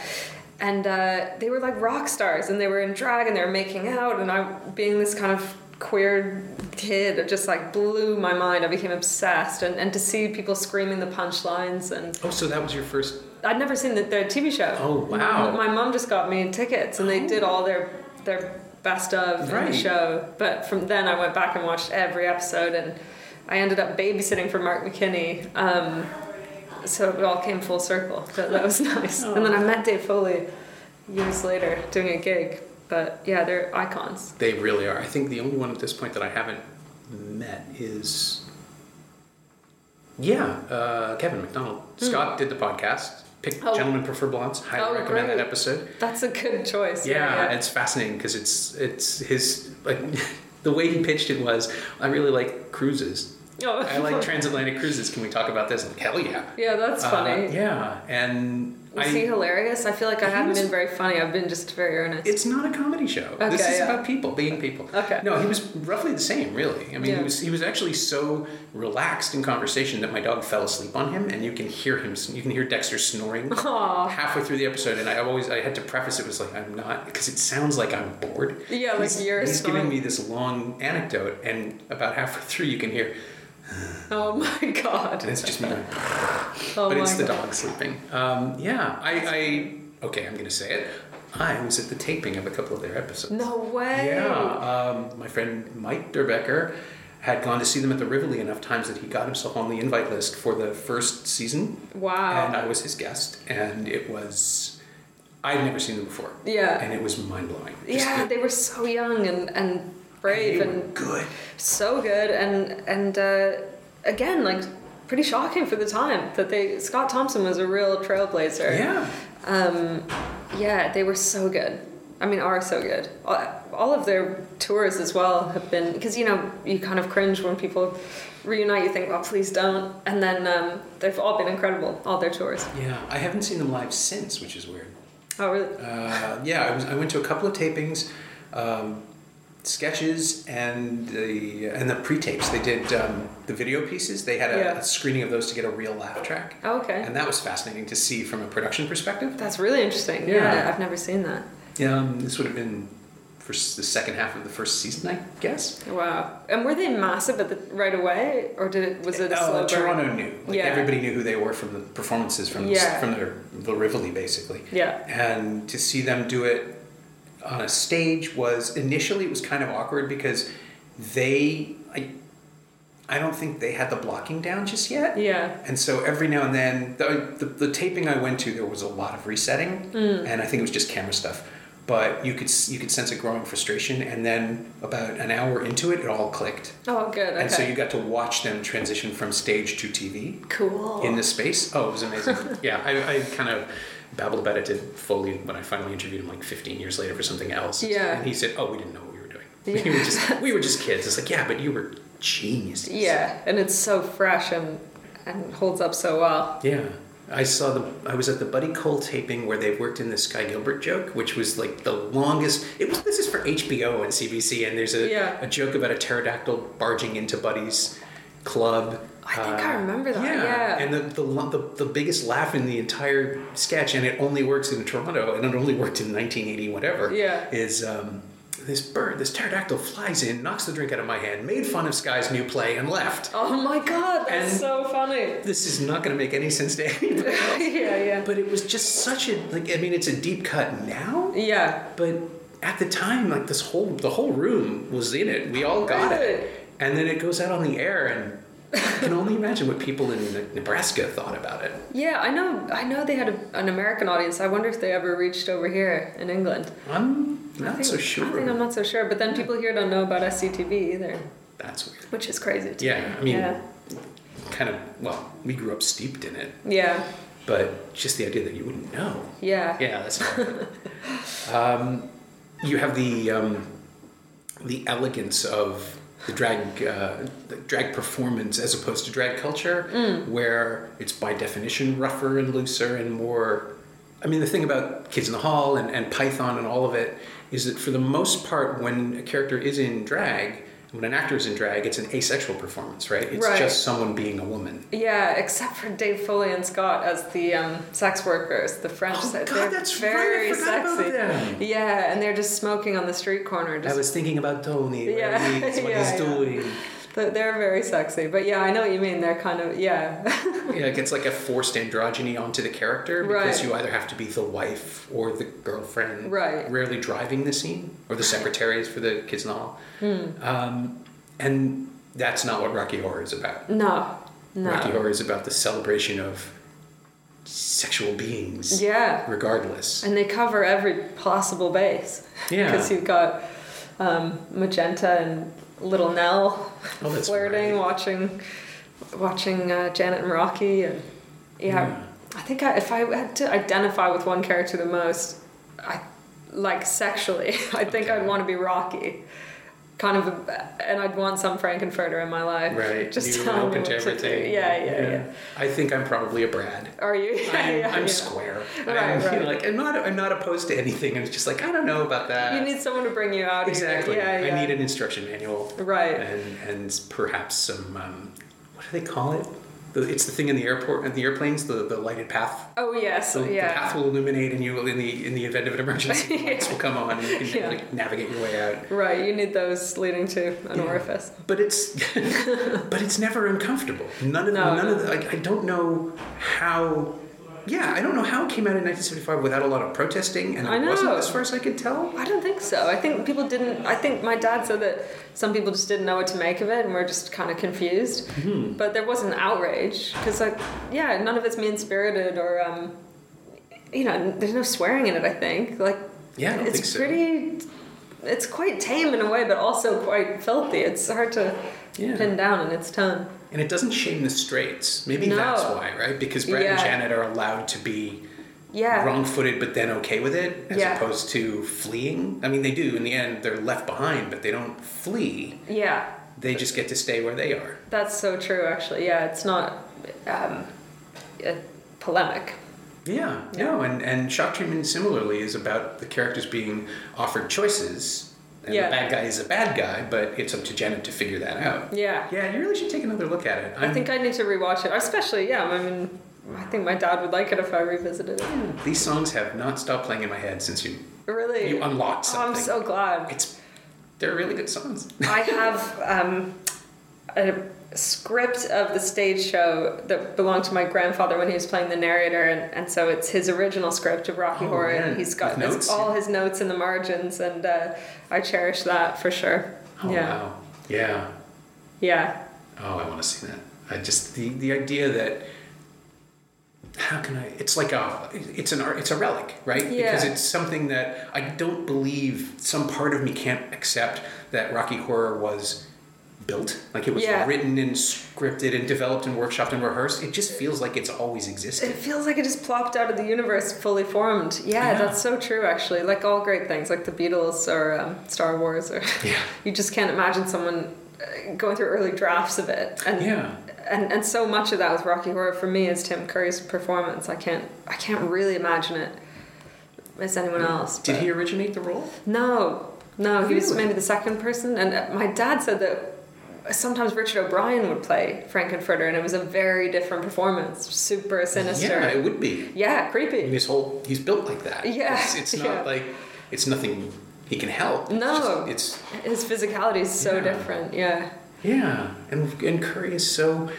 And uh, they were like rock stars and they were in drag and they were making out. And I, being this kind of queer kid, it just like blew my mind. I became obsessed. And, and to see people screaming the punchlines. And
Oh, so that was your first.
I'd never seen the, their TV show.
Oh, wow. Oh.
My, my mom just got me tickets and they did all their, their best of in
Right.
the show. But from then I went back and watched every episode and I ended up babysitting for Mark McKinney. Um, so it all came full circle. But that was (laughs) nice. And then I met Dave Foley years later doing a gig. But yeah, they're icons.
They really are. I think the only one at this point that I haven't met is. Yeah, uh, Kevin McDonald. Scott did the podcast. Picked
Hmm. Oh.
Gentlemen Prefer Blondes. Highly
Oh,
recommend
great.
that episode.
That's a good choice.
yeah, it's fascinating because it's it's his like (laughs) the way he pitched it was I really like
(laughs)
cruises.
Oh.
I like transatlantic cruises. Can we talk about this? Like, hell Uh, yeah.
yeah, that's
Uh,
funny.
yeah, and
Is
I-
he hilarious? I feel like I
He
haven't
was-
been very funny. I've been just very earnest.
It's not a comedy show. this
Okay,
is
yeah.
about people being people.
Okay.
No, he was roughly the same, really. I mean,
Yeah.
he was he was actually so relaxed in conversation that my dog fell asleep on him, and you can hear him. sn- You can hear Dexter
(laughs)
snoring
Aw.
halfway through the episode. And I always I had to preface it was like I'm not because it sounds like I'm bored.
Yeah, like
he's,
you're
He's
snoring.
giving me this long anecdote, and about halfway through you can hear,
Oh my (laughs)
and
god.
it's just me. Like,
Oh
but
my
it's the
god.
dog sleeping. Um, yeah, I, I okay, I'm gonna say it. I was at the taping of a couple of their episodes.
No way.
Yeah, um, my friend Mike Derbecker had gone to see them at the Rivoli enough times that he got himself on the invite list for the first season.
Wow.
And I was his guest, and it was I'd never seen them before.
Yeah.
And it was mind blowing.
yeah, they were so young and and brave and
good.
so good and and uh, again like pretty shocking for the time that they Scott Thompson was a real trailblazer.
Yeah.
Um, yeah, they were so good. I mean, are so good. All, all of their tours as well have been because you know you kind of cringe when people reunite. You think, "Oh, please don't," and then um, they've all been incredible. All their tours.
Yeah. I haven't seen them live since, which is weird.
Oh, really?
Uh, yeah, I, was, I went to a couple of tapings, um, sketches, and the and the pre-tapes. They did um, the video pieces. They had a,
Yeah.
a screening of those to get a real laugh track.
Oh, okay.
And that was fascinating to see from a production perspective.
That's really interesting.
Yeah.
yeah, I've never seen that.
Um, this would have been for s- the second half of the first season, I guess.
Wow. And were they massive at the, right away, or did it was it a
Uh,
slow burn?
Toronto knew. Like
Yeah.
everybody knew who they were from the performances from
Yeah.
from their the Rivoli, basically.
Yeah.
and to see them do it on a stage was initially it was kind of awkward because they I, I don't think they had the blocking down just yet
Yeah.
and so every now and then the, the, the taping i went to there was a lot of resetting
Mm.
and i think it was just camera stuff but you could s- you could sense a growing frustration and then about an hour into it it all clicked
Oh, good. Okay.
and so you got to watch them transition from stage to tv
cool.
in this space. Oh, it was
(laughs)
amazing. yeah, I, I kind of babbled about it to Foley when I finally interviewed him like 15 years later for something else.
Yeah.
And he said, "Oh, we didn't know what we were doing. (laughs)
Yeah.
we were just we were
(laughs)
just kids." It's like, yeah, but you were geniuses.
yeah, and it's so fresh and and holds up so well.
Yeah. I saw the. I was at the Buddy Cole taping where they worked in this Sky Gilbert joke, which was like the longest. It was this is for HBO and CBC, and there's a,
Yeah.
a joke about a pterodactyl barging into Buddy's club. Uh,
I think I remember that,
Yeah,
yeah.
and the the, lo- the the biggest laugh in the entire sketch, and it only works in Toronto, and it only worked in 1980 whatever.
Yeah.
is. Um, this bird, this pterodactyl flies in, knocks the drink out of my hand, made fun of Sky's new play, and left.
Oh my god, that's
And-
so funny. (laughs)
This is not going to make any sense to anybody.
yeah, yeah.
But it was just such a like. I mean, it's a deep cut now,
yeah.
but at the time, like this whole the whole room was in it. We all got
Really?
it, and then it goes out on the air, and I can only imagine what people in Nebraska thought about it.
Yeah, I know I know they had a, an American audience. I wonder if they ever reached over here in England.
I'm
I
not
think-
so
I think
sure.
I'm not so sure, but then people here don't know about SCTV either,
That's weird.
which is crazy. to
Yeah, I mean,
Yeah.
kind of. Well, we grew up steeped in it,
me. Yeah.
but just the idea that you wouldn't know.
Yeah.
Yeah, that's. um, you have the um, the elegance of the drag uh, the drag performance as opposed to drag culture,
Mm.
where it's by definition rougher and looser and more. I mean, the thing about Kids in the Hall and, and Python and all of it is that for the most part, when a character is in drag, when an actor is in drag, it's an asexual performance, right? It's
Right.
just someone being a woman.
Yeah, (laughs) except for Dave Foley and Scott as the um, sex workers, the French
Oh,
side.
God,
they're
that's right, I
very
forgot about
sexy.
them.
Yeah, and they're just smoking on the street corner.
I
Just,
was thinking about Tony, where
Yeah.
he
(laughs)
is, what
Yeah,
he's
yeah.
doing.
but they're very sexy. But yeah, I know what you mean. They're kind of yeah, (laughs)
Yeah, it gets like a forced androgyny onto the character because
Right.
you either have to be the wife or the girlfriend,
Right.
Rarely driving the scene or the secretaries for the kids and all.
Hmm.
Um, and that's not what Rocky Horror is about.
no, no.
Rocky Horror is about the celebration of sexual beings,
Yeah,
regardless.
and they cover every possible base.
Yeah.
because you've got um, Magenta and Little Nell
Oh, that's
flirting,
right.
watching, watching uh, Janet and Rocky, and yeah,
Yeah.
I think I, if I had to identify with one character the most, I like sexually, (laughs) I think
Okay.
I'd want to be Rocky. kind of, a, and I'd want some Frankenfurter in my life.
Right.
(laughs) Just
you
telling
were
me
open
what
to everything.
do. Yeah, yeah, yeah,
I think I'm probably a Brad.
Are you?
I'm,
(laughs) yeah,
I'm
yeah.
square.
Right,
I'm, (laughs)
right.
Like I'm not. I'm not opposed to anything. I'm just like I don't know about that.
You need someone to bring you out. of your-
exactly.
Yeah, yeah.
I need an instruction manual.
Right.
And and perhaps some. Um, what do they call it? The, it's the thing in the airport and the airplanes. The the lighted path.
Oh yes.
The, the
yeah.
path will illuminate, and you will in the in the event of an
(laughs)
emergency, the lights will come on, and you can
Yeah.
like, navigate your way out.
Right, you need those leading to an orifice.
but
(laughs)
it's but it's never uncomfortable. None of
No,
none
no.
of the, like I don't know how. Yeah, I don't know how it came out in 1975 without a lot of protesting, and
I
it wasn't
know.
as far as I could tell.
I don't think so. I think people didn't. I think my dad said that some people just didn't know what to make of it and were just kind of confused.
Hmm.
But there was an outrage because, like, yeah, none of it's mean spirited or, um, you know, there's no swearing in it. I think like,
Yeah, I don't
it's
think so.
pretty. It's quite tame in a way, but also quite filthy. It's hard to
Yeah.
pin down in its tone.
And it doesn't shame the straights. Maybe
No.
that's why, right? Because Brad and
Yeah.
Janet are allowed to be
Yeah.
wrong-footed, but then okay with it, as
Yeah.
opposed to fleeing. I mean, they do in the end; they're left behind, but they don't flee.
Yeah.
They just get to stay where they are.
That's so true, actually. Yeah, it's not um, uh, polemic.
Yeah, no, and, and shock treatment similarly is about the characters being offered choices. And
Yeah.
the bad guy is a bad guy, but it's up to Janet to figure that out.
Yeah.
Yeah, you really should take another look at it.
I think I need to rewatch it, especially, yeah, I mean, I think my dad would like it if I revisited it.
these songs have not stopped playing in my head since you
Really?
you unlocked
Oh, I'm
something.
so glad.
It's they're really good songs.
I have um, a script of the stage show that belonged to my grandfather when he was playing the narrator, and, and so it's his original script of Rocky
Oh,
Horror,
man.
and he's got
With
it's
notes?
all his notes in the margins, and uh, I cherish that for sure.
Oh
yeah.
wow. Yeah.
Yeah.
Oh, I want to see that. I just the the idea that how can I? It's like a it's an art it's a relic, right? Because
Yeah.
it's something that I don't believe some part of me can't accept that Rocky Horror was built, like it was
Yeah.
written and scripted and developed and workshopped and rehearsed. It just feels like it's always
It
existed.
feels like it just plopped out of the universe, fully formed. Yeah,
Yeah.
that's so true. Actually, like all great things, like the Beatles or um, Star Wars, or (laughs)
Yeah.
you just can't imagine someone uh, going through early drafts of it. And
Yeah.
and and so much of that with Rocky Horror for me is Tim Curry's performance. I can't I can't really imagine it as anyone else.
Did
but-
he originate the role?
No, no, he was
Really?
maybe the second person. And uh, my dad said that sometimes Richard O'Brien would play Frankenfurter, and it was a very different performance, super sinister.
Yeah, it would be.
Yeah,
I mean,
creepy.
his whole he's built like that.
Yeah,
It's, it's not
yeah.
like it's nothing he can help. It's
No.
just- it's
His physicality is so
Yeah.
different. Yeah,
Yeah, and and curry is so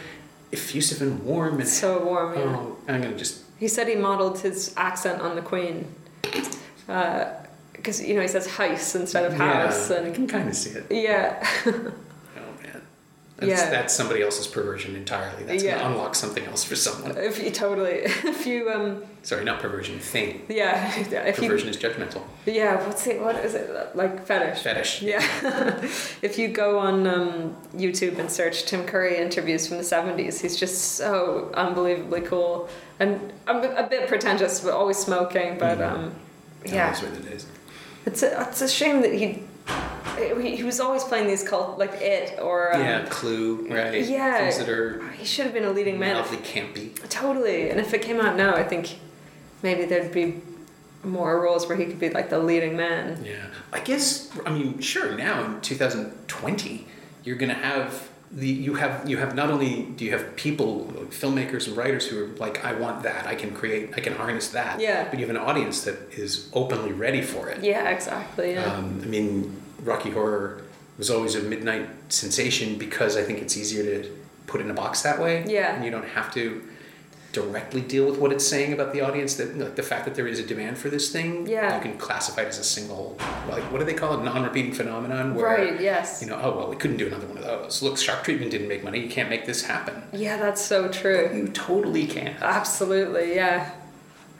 effusive and warm and
so warm. Yeah.
Oh, I'm gonna just
He said he modeled his accent on the Queen, because you know he says house instead of house,
Yeah, I
and
can kind of see it.
yeah,
Oh man, that's,
Yeah.
that's somebody else's perversion entirely. That's
Yeah. Uh,
gonna unlock something else for someone.
if you totally, (laughs) if you um,
Sorry, not perversion. Thing.
yeah, (laughs) if
Perversion is judgmental.
you yeah, what's it? What is it like fetish?
Fetish.
Yeah. (laughs) if you go on um, YouTube and search Tim Curry interviews from the 70s, he's just so unbelievably cool. And I'm a bit pretentious, but always smoking. But
Mm-hmm.
um, yeah,
That's what it is.
it's a, it's a shame that he. He he was always playing these cult like it or um,
yeah. Clue. Right.
yeah.
Things that are
He should have been a leading man.
mildly campy.
Totally. And if it came out now, I think maybe there'd be more roles where he could be like the leading man.
Yeah. I guess I mean sure now in 2020 you're going to have the you have you have not only do you have people like filmmakers and writers who are like I want that I can create I can harness that
Yeah.
but you have an audience that is openly ready for it.
Yeah, exactly. Yeah.
Um, I mean Rocky Horror was always a midnight sensation because I think it's easier to put in a box that way.
Yeah.
And you don't have to directly deal with what it's saying about the audience that like the fact that there is a demand for this thing
Yeah.
you can classify it as a single like what do they call it non-repeating phenomenon Uh, where
Right, yes.
you know oh well we couldn't do another one of those look shark treatment didn't make money you can't make this happen
yeah, that's so true.
you totally can
Ah. Absolutely, yeah.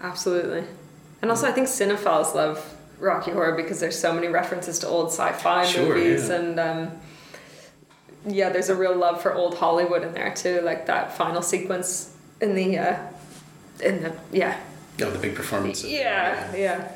Absolutely. And also, I think cinephiles love Rocky Horror because there's so many references to old sci fi
Sure,
movies.
yeah.
And um, yeah, there's a real love for old Hollywood in there too, like that final sequence in the. Uh, in the yeah
oh the big performance of-
yeah yeah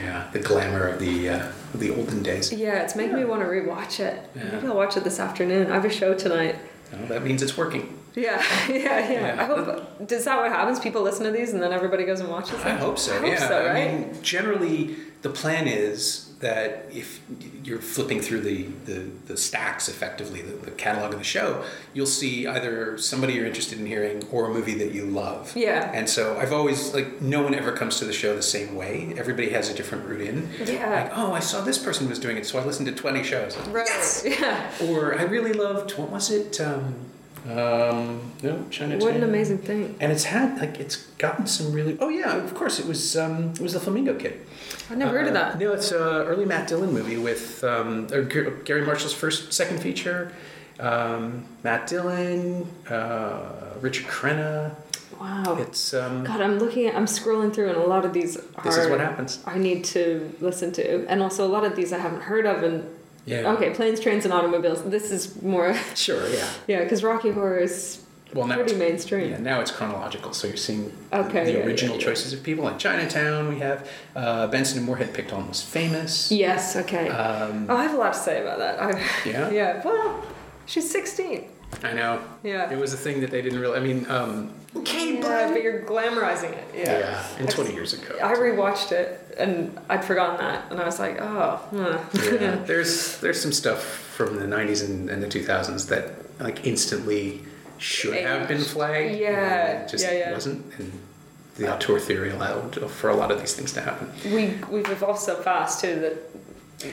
Yeah, the glamour of the uh, the olden days.
Yeah, it's making me want to rewatch it.
Yeah.
Maybe I'll watch it this afternoon. I have a show tonight.
Well, that means it's working.
Yeah, (laughs) yeah, yeah.
Yeah.
I hope. Is that what happens? People listen to these and then everybody goes and watches them?
I hope so.
I hope
yeah.
so, right?
I mean, generally, the plan is that if you're flipping through the, the, the stacks, effectively, the, the catalog of the show, you'll see either somebody you're interested in hearing or a movie that you love.
Yeah.
And so I've always, like, no one ever comes to the show the same way. Everybody has a different route in.
Yeah.
Like, oh, I saw this person was doing it, so I listened to 20 shows.
right. Yeah.
Or I really loved, what was it? Um, um, no, China
What an amazing thing.
and it's had like it's gotten some really oh yeah of course it was um it was the flamingo kid
I've never heard of
Uh,
that.
no it's a early matt dillon movie with um or G- gary marshall's first second feature um matt dillon uh richard crenna
Wow.
it's um
Oh, God, I'm looking at, I'm scrolling through, and a lot of these are.
this is what happens
I need to listen to, and also a lot of these I haven't heard of. And
yeah
okay, planes, trains, and automobiles. This is more, (laughs)
sure yeah
yeah, because Rocky Horror is
well now
pretty
it's,
mainstream.
yeah, now it's chronological, so you're seeing
Okay,
the
yeah,
original
yeah, yeah.
choices of people. Like Chinatown, we have uh, Benson and Moorhead picked Almost Famous.
Yes. Okay.
Um,
oh, I have a lot to say about that. I, (laughs)
Yeah?
Yeah. Well, she's 16.
I know.
Yeah.
It was a thing that they didn't really. I mean, um, okay,
Yeah, but you're glamorizing it. Yeah.
Yeah, and 20 years ago.
I rewatched it and I'd forgotten that, and I was like, oh, huh.
yeah, there's there's some stuff from the 90s and, and the 2000s that like instantly should have been flagged.
Yeah,
and it just
yeah, yeah.
wasn't. And the auteur theory allowed for a lot of these things to happen.
we we've evolved so fast too that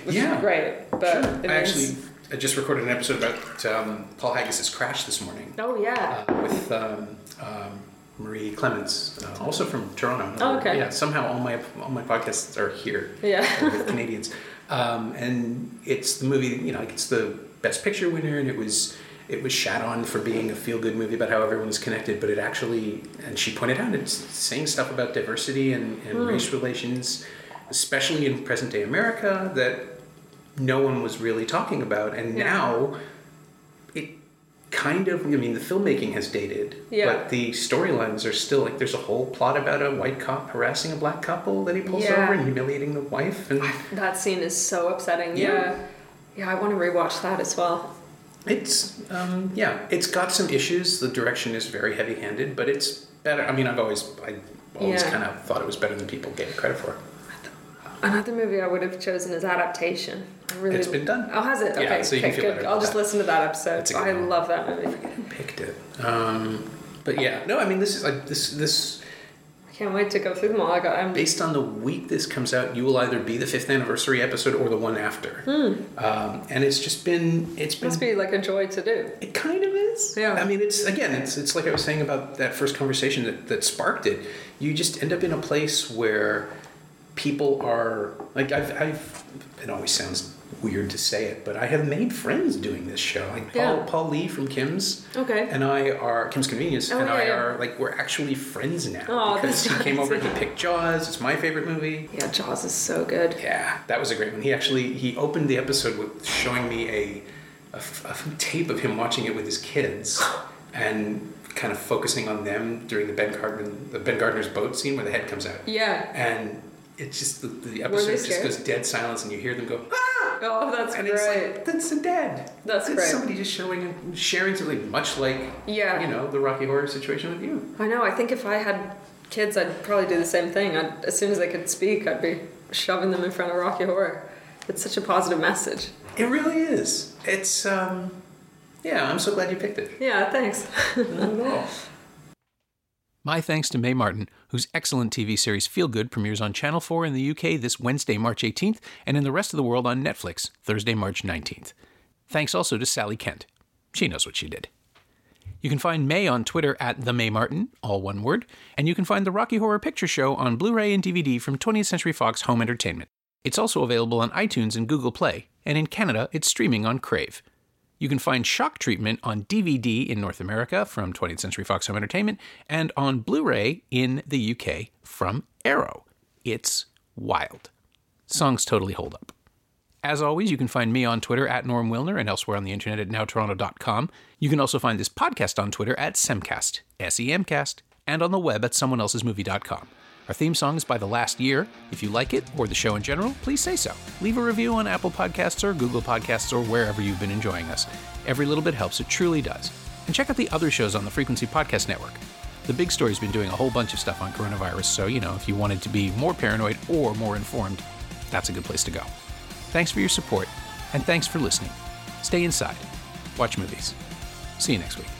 which
Yeah.
is great. But
Sure.
it means,
I actually I just recorded an episode about um, Paul Haggis's crash this morning
oh yeah,
uh, with um, um, Marie Clements, uh, also from Toronto.
Oh, okay.
Yeah, somehow all my all my podcasts are here.
yeah,
(laughs) with Canadians. Um, and it's the movie, you know, like it's the best picture winner, and it was it was shat on for being a feel good movie about how everyone was connected, but it actually, and she pointed out, it's saying stuff about diversity and,
Hmm.
and race relations, especially in present day America, that no one was really talking about, and
Yeah.
now it kind of, I mean, the filmmaking has dated,
Yeah.
but the storylines are still like there's a whole plot about a white cop harassing a black couple that he pulls
Yeah.
over and humiliating the wife, and
that scene is so upsetting.
Uh, Yeah.
Yeah, yeah, I want to rewatch that as well.
It's um, yeah, it's got some issues. The direction is very heavy-handed, but it's better. I mean, I've always I always
Yeah.
kind of thought it was better than people gave it credit for.
Another movie I would have chosen is Adaptation. I really
It's been done.
Oh, has it?
Yeah,
Okay,
so you can
okay,
feel
good.
better
I'll
about
just
that.
listen to that episode.
That's a good
I
one.
love that movie.
Picked it. Um, but yeah, no, I mean this is like this this
I can't wait to go through them all. I got. um, I'm,
based on the week this comes out, you will either be the fifth anniversary episode or the one after.
Hmm.
Um, and it's just been it's been
must be like a joy to do.
It kind of is.
Yeah.
I mean, it's again, it's it's like I was saying about that first conversation that, that sparked it. You just end up in a place where people are like I've, I've. It always sounds weird to say it, but I have made friends doing this show. Like
Yeah.
Paul, Paul Lee from Kim's.
Okay.
And I are Kim's Convenience,
Oh,
and
yeah,
I
yeah.
are like we're actually friends now
Aw,
because
that's
he came
nice.
over. He picked Jaws. It's my favorite movie.
Yeah, Jaws is so good.
Yeah, that was a great one. He actually he opened the episode with showing me a, a f- a f- tape of him watching it with his kids, and kind of focusing on them during the Ben Gardner the Ben Gardner's boat scene where the head comes out,
Yeah.
and it's just the, the episode just
scared?
goes dead silence, and you hear them go ah,
Oh, that's
and
great.
it's like that's a dad.
That's
it's
great.
somebody just showing sharing something much like
Yeah.
you know the Rocky Horror situation with you.
I know. I think if I had kids, I'd probably do the same thing. I'd, as soon as they could speak, I'd be shoving them in front of Rocky Horror. It's such a positive message.
It really is. It's um, yeah. I'm so glad you picked it.
Yeah, thanks. (laughs)
Not at all.
My thanks to Mae Martin, whose excellent TV series Feel Good premieres on Channel 4 in the UK this Wednesday, March 18th, and in the rest of the world on Netflix Thursday, March 19th. Thanks also to Sally Kent. She knows what she did. You can find May on Twitter at the May Martin, all one word, and you can find the Rocky Horror Picture Show on Blu-ray and DVD from 20th Century Fox Home Entertainment. It's also available on iTunes and Google Play, and in Canada, it's streaming on Crave. You can find Shock Treatment on DVD in North America from 20th Century Fox Home Entertainment and on Blu-ray in the UK from Arrow. It's wild. Songs totally hold up. As always, you can find me on Twitter at Norm Wilner and elsewhere on the internet at nowtoronto.com. You can also find this podcast on Twitter at Semcast, S E M cast, and on the web at someoneelsesmovie.com.
Our theme song is by The Last Year. If you like it or the show in general, please say so. Leave a review on Apple Podcasts or Google Podcasts or wherever you've been enjoying us. Every little bit helps, it truly does. And check out the other shows on the Frequency Podcast Network. The Big Story's been doing a whole bunch of stuff on coronavirus, so you know, if you wanted to be more paranoid or more informed, that's a good place to go. Thanks for your support, and thanks for listening. Stay inside, watch movies. See you next week.